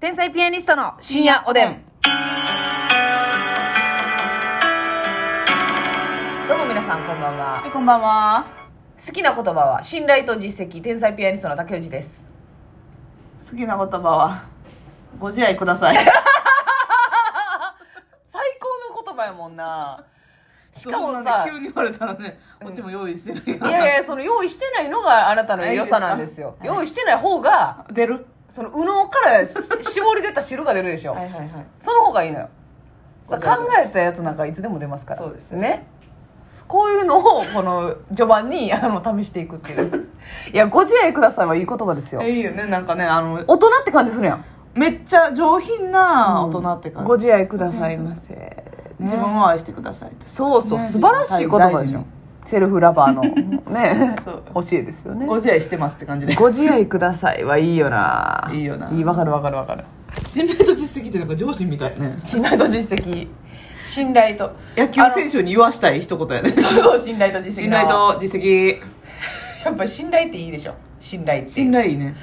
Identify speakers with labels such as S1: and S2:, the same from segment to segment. S1: 天才ピアニストの深夜おでん。どうも皆さん、こんばん
S2: は
S1: は。
S2: い、こんばんは。
S1: 好きな言葉は、信頼と実績、天才ピアニストの竹内です。
S2: 好きな言葉は、ご自愛ください。
S1: 最高の言葉やもんな。し
S2: し
S1: かもさ、
S2: 急に言われたらね、こっちも用意してない
S1: いやいや、その用意してないのがあなたの良さなんですよ。
S2: はい
S1: 用意してない方が、
S2: 出る
S1: その、右脳からし絞り出た汁が出るでしょ。
S2: はいはいはい。
S1: その方がいいのよ。さ
S2: わか
S1: 考
S2: る
S1: えたやつなんかいつでも出ますから。
S2: そうですよ
S1: ね。こういうのを、この、序盤に、あの、試していくって いう。いや、ご自愛くださいはいい言葉ですよ。
S2: えいいよね、なんかね、あの、
S1: 大人って感じするやん。
S2: めっちゃ上品な大人って感じ。
S1: ご自愛くださいませ。
S2: 自分を愛してくださいって。
S1: そうそう、
S2: ね
S1: 素晴らしい言葉でし
S2: 大事
S1: ょ
S2: に。
S1: セルフラバー の、ね
S2: そう、
S1: 教えですよね。
S2: ご自愛してますって感じで。
S1: ご自愛くださいはいいよない
S2: いよない
S1: いわかるわかるわかる
S2: 信頼と実績ってなんか上司みたいね。
S1: 信頼と実績信頼と
S2: 野球選手に言わしたい一言やね。
S1: 手そう信頼と実績
S2: 信頼と実績。
S1: やっぱり信頼っていいでしょ信頼って
S2: 信頼いいね。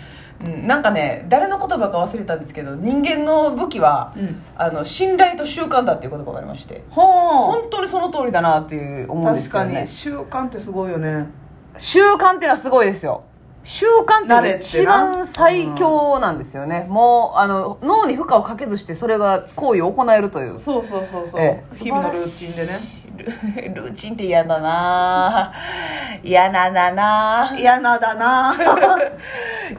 S1: うん、なんかね誰の言葉か忘れたんですけど人間の武器は、
S2: うん
S1: あの信頼と習慣だっていう言葉がありまして
S2: ほう。
S1: 本当にその通りだなっていう思うんで
S2: 確
S1: すよ
S2: か
S1: ね
S2: に、習慣ってすごいよね。
S1: 習慣ってのはすごいですよ習慣っての
S2: 慣
S1: が
S2: れ
S1: 一
S2: てな
S1: 番最強なんですよね、もうあの脳に負荷をかけずしてそれが行為を行えるという
S2: そうそうそうそう、
S1: ええ
S2: 日々のルーチンでね
S1: ルルーチンって嫌だなぁ嫌なだなぁ
S2: 嫌なだな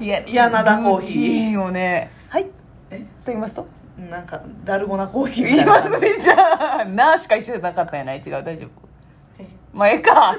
S1: 嫌
S2: 嫌なだコーヒー
S1: ルチンをねはい
S2: え
S1: と言いますと
S2: なんかだるごなコーヒーみ
S1: 言い
S2: たいな
S1: ますねじゃあなぁしか一緒じゃなかったんやない違う大丈夫まあええ か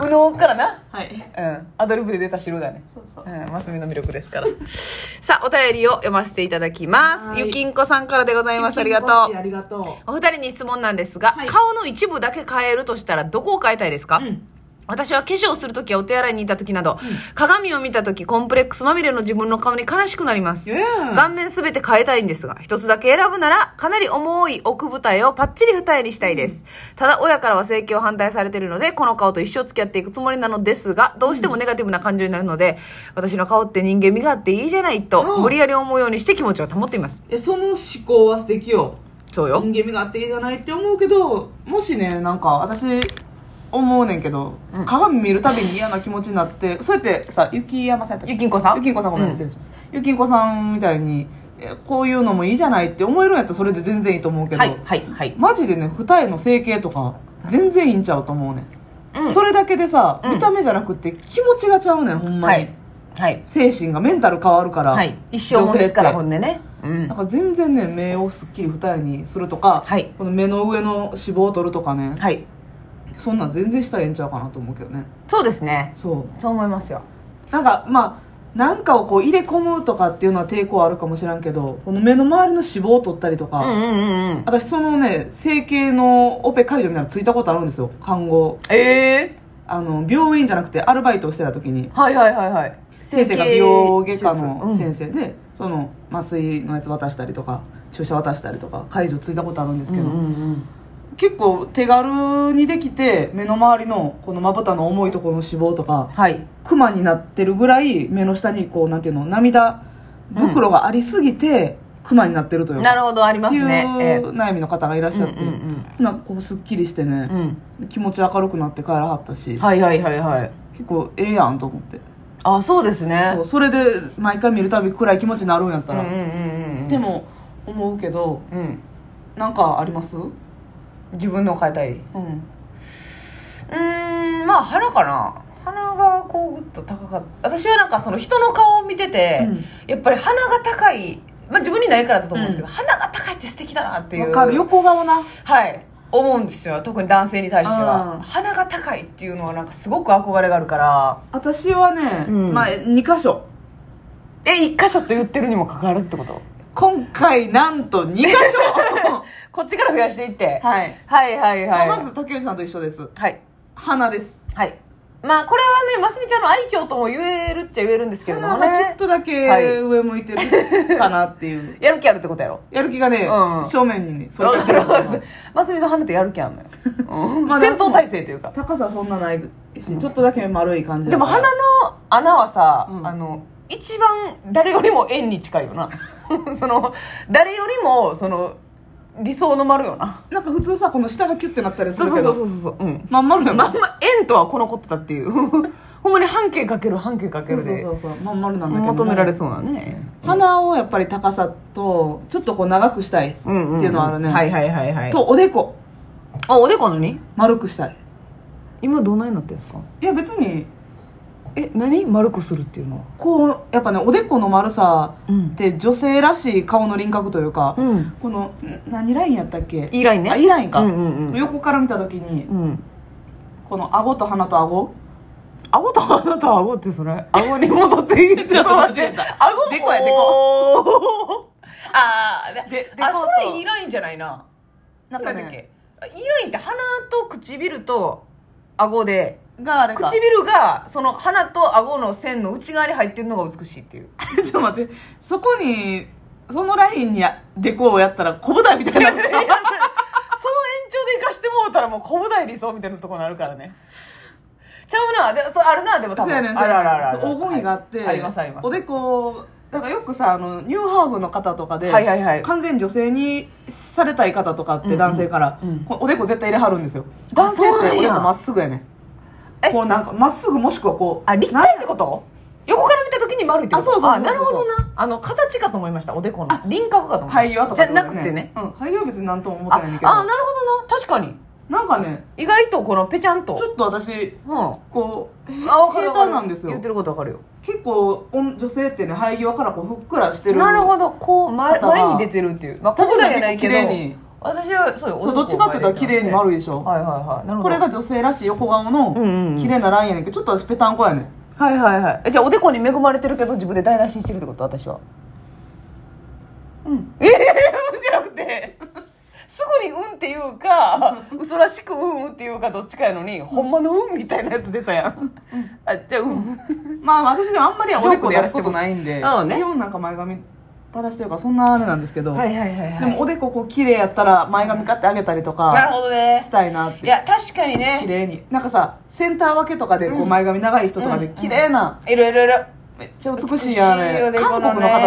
S1: 右脳からな
S2: はい
S1: うんアドリブで出た汁がね
S2: そうそう
S1: うん、マスミの魅力ですから さあお便りを読ませていただきま
S2: は
S1: す
S2: い
S1: ゆきんこさんからでございますありが
S2: コー
S1: と
S2: ヒ
S1: う
S2: ーありがと
S1: お二人に質問なんですが、
S2: はい
S1: 顔の一部だけ変えるとしたらどこを変えたいですか、
S2: ううん
S1: 私は化粧をするときやお手洗いに行ったときなど、鏡を見たときコンプレックスまみれの自分の顔に悲しくなります。顔面すべて変えたいんですが、一つだけ選ぶなら、かなり重い奥舞台をパッチリ二重にしたいです。ただ、親からは整形を反対されているので、この顔と一生付き合っていくつもりなのですが、どうしてもネガティブな感情になるので、私の顔って人間味があっていいじゃないと、
S2: うん
S1: 無理やり思うようにして気持ちを保っています。
S2: えその思考は素敵よ
S1: そう
S2: 人
S1: よ。
S2: 間味があっていいじゃないって思うけどもしねなんか私思うねんけど、
S1: うん
S2: 鏡見るたびに嫌な気持ちになってそうやってさ雪山さんやったっけ
S1: ゆきんこさん
S2: ゆきんこさんごめん
S1: う
S2: 失礼しましたゆきんこさんみたいにえこういうのもいいじゃないって思えるんやったらそれで全然いいと思うけど、
S1: はい、はい、はい。
S2: マジでね二重の整形とか全然いいんちゃうと思うね、
S1: うん
S2: ん、それだけでさ、
S1: うん
S2: 見た目じゃなくて気持ちがちゃうねんほんま
S1: は
S2: に、
S1: い。はい。
S2: 精神がメンタル変わるから、
S1: はい。一生もんですから、ほん
S2: 女性って
S1: でね。うん
S2: なん。か全然ね目をすっきり二重にするとか、
S1: はい
S2: この目の上の脂肪を取るとかね
S1: はい。
S2: そんなん全然したらええんちゃうかなと思うけどね
S1: そうですね。
S2: そう
S1: そう思いますよ。
S2: なんかまあなんかをこう入れ込むとかっていうのは抵抗あるかもしらんけどこの目の周りの脂肪を取ったりと
S1: うん
S2: か、
S1: うんうんうん。
S2: 私そのね整形のオペ解除みたいなのついたことあるんですよ看護
S1: ええ
S2: あの病院じゃなくてアルバイトをしてた時に
S1: はいはいはいはい。
S2: 先生が美容外科の
S1: 生
S2: 先生で、その麻酔のやつ渡したりとか注射渡したりとか解除ついたことあるんですけど、結構手軽にできて目の周りのこのまぶたの重いところの脂肪とか
S1: はい。
S2: クマになってるぐらい目の下にこうなんていうの涙袋がありすぎて、クマになってるというか
S1: なるほど、ありま
S2: ってい
S1: す
S2: う
S1: ね。え
S2: 悩みの方がいらっしゃって、
S1: うんうん
S2: なんかこうすっきりして
S1: えう
S2: ね、
S1: ん。
S2: 気持ち明るくなって帰らはったし、
S1: はいはいはいはい。
S2: 結構ええやんと思って
S1: あ、そうですね。
S2: そうそれで毎回見るたび暗い気持ちになるんやった
S1: うん
S2: ら、
S1: うんうんうん。
S2: で、も思うけど
S1: うん。
S2: なんかありますうん
S1: 自分のを変えたい。うーん、まあ、鼻かな。鼻がこうぐっと高かった。私はなんかその人の顔を見てて、
S2: うん
S1: やっぱり鼻が高い。まあ自分にないからだと思うんですけど、
S2: う
S1: 鼻が高いって素敵だなっていう。
S2: わかる横顔な
S1: はい思うんですよ特に男性に対して
S2: う
S1: は
S2: ん
S1: 鼻が高いっていうのはなんかすごく憧れがあるから
S2: 私はね、
S1: うん
S2: まあ2箇所
S1: え一箇所と言ってるにもかかわらずってこと
S2: 今回なんと2箇 所
S1: こっちから増やしていって、
S2: はい、
S1: はい、はいはい
S2: まず竹内さんと一緒です
S1: はい
S2: 鼻です
S1: はいまあこれはねますみちゃんの愛嬌とも言えるっちゃ言えるんですけれども
S2: 鼻がちょっ
S1: ね
S2: とだけ
S1: はい
S2: 上向いてるかなっていう、
S1: やる気あるってことやろ
S2: やる気がね、
S1: うん
S2: 正面にねそう
S1: わ
S2: やっ
S1: か
S2: て
S1: る
S2: る
S1: わかるますみの鼻ってやる気あんのよ、うん
S2: まあ
S1: 戦闘態勢というか
S2: 高さそんなないしちょっとだけ丸い感じ
S1: で
S2: だか
S1: も
S2: ら
S1: 鼻の穴はさ、
S2: うん
S1: あの一番誰よりも円に近いよな その誰よりもその理想の丸よな
S2: なんか普通さこの下がキュッてなったりす
S1: そ
S2: る
S1: う
S2: けど
S1: そうそうそうそううん
S2: まん丸やもん
S1: まんま円とはこのことだっていう ほんまに半径かける半径かけ
S2: そう
S1: る
S2: そう
S1: で
S2: そうそうまん丸なんだけど
S1: 求められそうなね
S2: 鼻をやっぱり高さとちょっとこう長くしたいって
S1: うんうん
S2: いうのはあるね、
S1: はいはいはいはい
S2: とおでこ
S1: あおでこ何
S2: 丸くしたい
S1: 今どんなになってるんですか
S2: いや別に
S1: え何丸くするっていうのは
S2: こうやっぱねおでこの丸さ
S1: うん
S2: って女性らしい顔の輪郭というか、
S1: うん
S2: このん何ラインやったっけ
S1: いいラインね
S2: あ E ラインか、
S1: うんうんうん
S2: 横から見た時に
S1: うん
S2: この顎と鼻と顎
S1: 顎と 鼻と顎ってそれ顎に戻っていい
S2: ちょっと待って
S1: 顎を
S2: でこやで
S1: こ あーで
S2: でで
S1: あ
S2: こう
S1: そ
S2: と
S1: れいいラインじゃないな
S2: なん
S1: な
S2: か
S1: ん
S2: ね
S1: だっけあいいラインって鼻と唇と顎で
S2: があれか
S1: 唇がその鼻と顎の線の内側に入ってるのが美しいっていう
S2: ちょっと待ってそこにそのラインにあでこをやったら小舞台みたいな
S1: いやそれその延長で生かしてもうたらもう小舞台理想みたいなところになるからねちゃうなでそうあるなでも多
S2: そう
S1: 分
S2: やねん
S1: あるあるあるある
S2: そう黄金比があって、
S1: はいありますあります
S2: おでこなんかよくさあのニューハーフの方とかで、
S1: はいはいはい
S2: 完全女性にされたい方とかっ
S1: うんう
S2: て
S1: ん
S2: 男性から、
S1: うん
S2: こうおでこ絶対入れはるんですよ
S1: あ
S2: 男性
S1: そう
S2: っ
S1: なん
S2: て
S1: や
S2: おでこまっすぐやね
S1: え
S2: こうなんかまっすぐもしくはこう
S1: あ立体ってこと横から見た時に丸いってこと
S2: あそうそうそうそう
S1: なるほどなあの形かと思いましたおでこの輪郭かと思いました
S2: 俳優はと
S1: じ
S2: か
S1: ゃなくてね
S2: うん俳優は別に何とも思って
S1: ああ
S2: ないんだけど
S1: なるほどな確かに
S2: なんかね
S1: 意外とこのペチャンと
S2: ちょっと私
S1: うんあ
S2: こう
S1: 分かる
S2: 携
S1: 分か
S2: 帯
S1: る
S2: なんですよ
S1: 言ってること分かるよ
S2: 結構おん女性ってね廃業からこうふっくらしてる
S1: なるほどこう前
S2: 肩が
S1: 前に出てるっていうまあここだけないけど
S2: 綺麗に
S1: 私はそうよ
S2: そうどっちかっていうと綺麗に丸
S1: い
S2: いでしょ、
S1: はいはいはいなるほど
S2: これが女性らしい横顔の
S1: うんうんうん
S2: 綺麗なラインやねんけどちょっと私ペタンコやねん
S1: はいはいはいえじゃあおでこに恵まれてるけど自分で台無しにしてるってこと私は
S2: うん
S1: ええじゃなくてすぐに「うん」っていうか嘘らしく「うんうん」っていうかどっちかやのにほんまの「うん」みたいなやつ出たやんあじゃあ「うん」
S2: まあ私でもあんまりおでこやすことないん
S1: ジョー
S2: で
S1: クでやらせてもらううんね
S2: 基本なんか前髪垂らしてるからそんなあれなんですけど、
S1: はいはいはいはい
S2: でもおでここう綺麗やったら前髪買ってあげたり と
S1: なる
S2: か
S1: ほどね
S2: したいなっ
S1: い
S2: て
S1: や確かに
S2: 綺
S1: ね
S2: 麗になんかさセンター分けとかでこう前髪長い人とかで
S1: うん
S2: 綺麗な、
S1: いろいろいろ
S2: めっちゃ美しいや
S1: 美しいよ
S2: ね
S1: ね
S2: 韓国
S1: この
S2: の
S1: ね
S2: 方とか、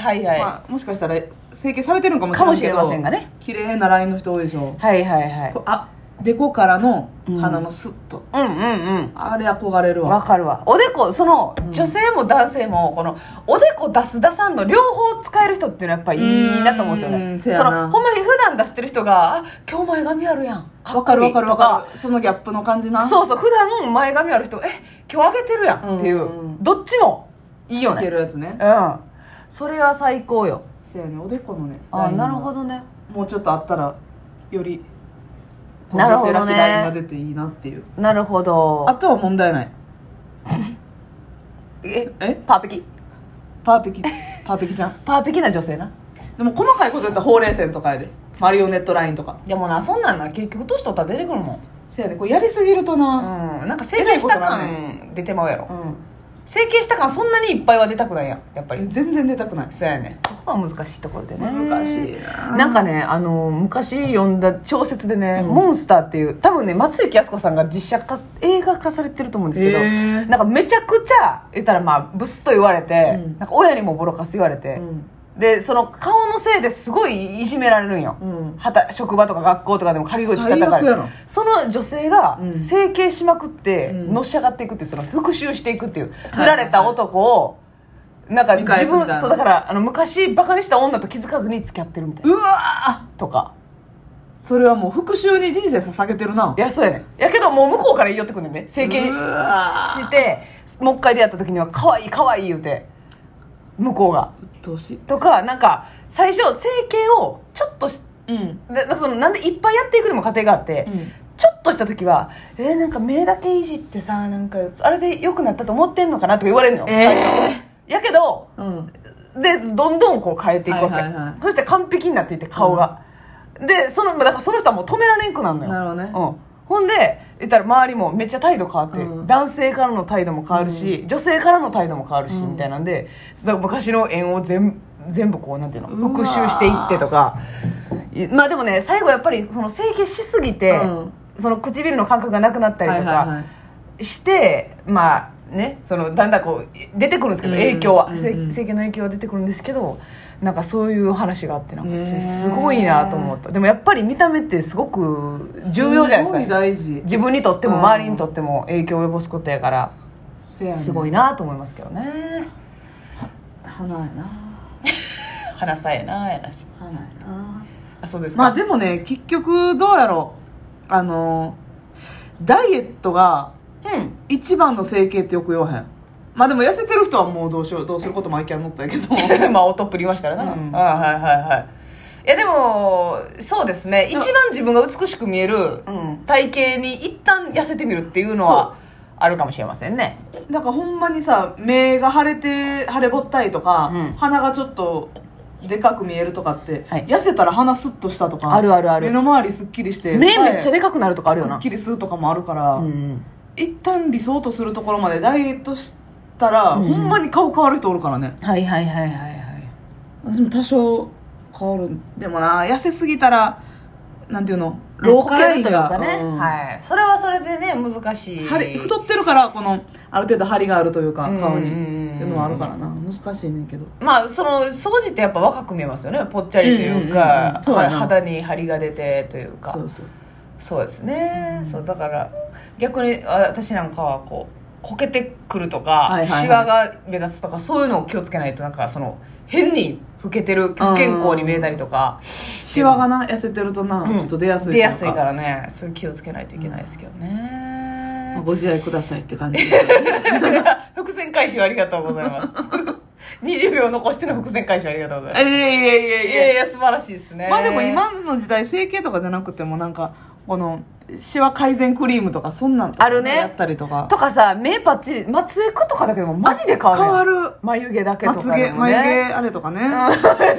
S1: はいはい
S2: まあ、もしかしたら整形されてるのかもし
S1: か
S2: れな
S1: も
S2: い
S1: し
S2: け
S1: れ
S2: ど
S1: ませんがね
S2: 綺麗なラインの人多いでしょ
S1: はいはいはい
S2: こうあでこからの鼻のスッと、
S1: うんうんうん
S2: あれ憧れるわ
S1: わかるわおでこその女性も男性もこのおでこ出す出さんの両方使える人っていうのはやっぱいいなと思うんですよ
S2: うー
S1: ね
S2: ん
S1: そ
S2: せやな
S1: のほんまに普段出してる人があ「今日前髪あるやんか
S2: わ
S1: っこ
S2: か
S1: いい
S2: るわかるわか
S1: と
S2: るそのギャップの感じな
S1: そうそう普段前髪ある人え今日上げてるやんっていう、
S2: うんうん
S1: どっちもいいよ
S2: いけ
S1: ね
S2: るやつね
S1: うんそれは最高よ
S2: せやねおでこのね
S1: あ
S2: ラインが
S1: なるほどね
S2: もうちょっとあったらよりこう
S1: なるほどね
S2: 女性らしいラインが出ていいなっていう
S1: なるほど
S2: あとは問題ない
S1: え
S2: え
S1: パーペキ
S2: パーペ キパーペキちゃん
S1: パーペキな女性な
S2: でも細かいことやったらほうれい線とかやでマリオネットラインとか
S1: でもなそんなんな結局年取ったら出てくるもん
S2: せやねこれやりすぎるとな
S1: うんなんか整形した
S2: えらいことな
S1: 感出てまうやろ
S2: う
S1: 整形した感そんなにいっぱいは出たくないやんやっぱり、
S2: ん全然出たくない
S1: そうやねそこが難しいところでね
S2: 難しいな
S1: なんかねあの昔読んだ小説でね「モンスター」っていう多分ね松雪泰子さんが実写化映画化されてると思うんですけど、
S2: へー
S1: なんかめちゃくちゃ言ったらまあブスと言われて、
S2: うん
S1: なんか親にもボロカス言われて、
S2: うん
S1: でその顔のせいですごいいじめられるんよ、
S2: うん
S1: はた職場とか学校とかでも陰口叩かれ
S2: 最悪や
S1: る
S2: ろ
S1: その女性が
S2: うん
S1: 整形しまくって
S2: うん
S1: のし上がっていくっていうその復讐していくっていう
S2: い
S1: 振られた男をなんか
S2: 見返す
S1: 自
S2: みたいな
S1: 分そうだからあの昔バカにした女と気づかずに付き合ってるみたいうな
S2: わー
S1: とか
S2: それはもう復讐に人生捧げてるない
S1: やそうやねんやけどもう向こうから言い寄ってくんねんね整形
S2: うわ
S1: してもう一回出会った時には可愛い可愛い言うて向こうが
S2: うっとうしい
S1: とかなんか最初整形をちょっとし
S2: うん
S1: ななそのなんでいっぱいやっていくにも過程があって、
S2: うん
S1: ちょっとした時は「えー、なんか目だけいじってさなんかあれで良くなったと思ってんのかな」とか言われるのよ、
S2: え
S1: やけど
S2: うん
S1: でどんどんこう変えていくわけ、
S2: はいはいはい
S1: そして完璧になっていって顔が、でそのだからその人はもう止められんくなるのよ
S2: なるほどね
S1: うん、ほんで言ったら周りもめっちゃ態度変わって、
S2: うん
S1: 男性からの態度も変わるし、女性からの態度も変わるし、
S2: うん
S1: みたいなんでだから昔の縁を全全部こうなんていうの
S2: うわ
S1: 復讐していってとかいまあでもね最後やっぱりその整形しすぎて、
S2: うん
S1: その唇の感覚がなくなったりと
S2: はいはいは
S1: かして、まあねそのだんだんこう出てくるんですけど、
S2: うん
S1: 影響は、
S2: うん
S1: せ整形の影響は出てくるんですけどなんかそういう話があってなんか
S2: へー
S1: すごいなと思ったでもやっぱり見た目ってすごく重要じゃないですか
S2: ごい大事
S1: 自分にとっても
S2: うん
S1: 周りにとっても影響を及ぼすことやから
S2: せやね
S1: すごいなと思いますけどね
S2: 花やな
S1: 花さえなやなし
S2: 花やな
S1: あそうですか
S2: まあでもね結局どうやろうあのダイエットが
S1: うん
S2: 一番の整形ってよく言わへんまあでも痩せてる人はもうどうしようどうすることもあきゃんのったんやけ ど
S1: まあ音っぷりましたらな、
S2: うん
S1: あはいはいはいいやでもそうですね一
S2: も
S1: 番自分が美しく見える
S2: うん
S1: 体型に一旦痩せてみるっていうのはあるかもしれませんね
S2: なんかほんまにさ目が腫れて腫れぼったいとか、
S1: うん
S2: 鼻がちょっとでかく見えるとかって、
S1: はい
S2: 痩せたら鼻スッとしたとか
S1: あるあるある
S2: 目の周りすっきりして
S1: 目めっちゃ
S2: で
S1: でかくなるとかあるよ
S2: くっ
S1: な、
S2: きりするとかもあるから、
S1: うん、
S2: 一旦理想とするところまでダイエットしたら、
S1: うん
S2: ほんまに顔変わる人おるからね
S1: はいはいはいはいはい
S2: 私も多少変わるでもな痩せすぎたらなんていうの
S1: 老
S2: 老
S1: 化
S2: 化
S1: ラ
S2: ラ
S1: イ
S2: イ
S1: ン
S2: ン
S1: という
S2: が
S1: かね、
S2: うん
S1: はいそれはそれでね難しい
S2: 張り太ってるからこのある程度張りがあるというか
S1: うん
S2: 顔に
S1: うんうんうん
S2: っていうのはあるからな難しいねんけど
S1: まあその掃除ってやっぱ若く見えますよねぽっちゃりという
S2: うんうんう
S1: か、
S2: んそうやな
S1: 肌に張りが出てというか
S2: そうそう
S1: そうですね、そうだから逆にあ私なんかはこうこけてくるとか、
S2: いはいはい
S1: シワが目立つとかそういうのを気をつけないとなんかその変に老けてる不健康に見えたりとか
S2: シワがな痩せてるとな
S1: うん
S2: ちょっと出やすい
S1: 出やすいかららねそういう気をつけないといけないですけどね、
S2: ご自愛くださいって 感じは
S1: 伏線回収ありがとうござい ます。20秒残しての伏線回収ありがとうござい
S2: い
S1: ま
S2: やいやいや
S1: す。い
S2: い
S1: や
S2: や
S1: い
S2: いや
S1: や、素晴らしいですね。
S2: まあでも。今の時代整形とかじゃなくてもなんかこのシワ改善クリームとかそんなんとか
S1: あるね
S2: やったりとか
S1: とかさ、目パッチリ、まつエクとかだけでもマジで変わるやん。
S2: 変わる
S1: 眉毛だけと
S2: ま
S1: か
S2: つ
S1: で
S2: げ
S1: も、
S2: 眉
S1: ね。
S2: 毛あれとかね
S1: 眉毛。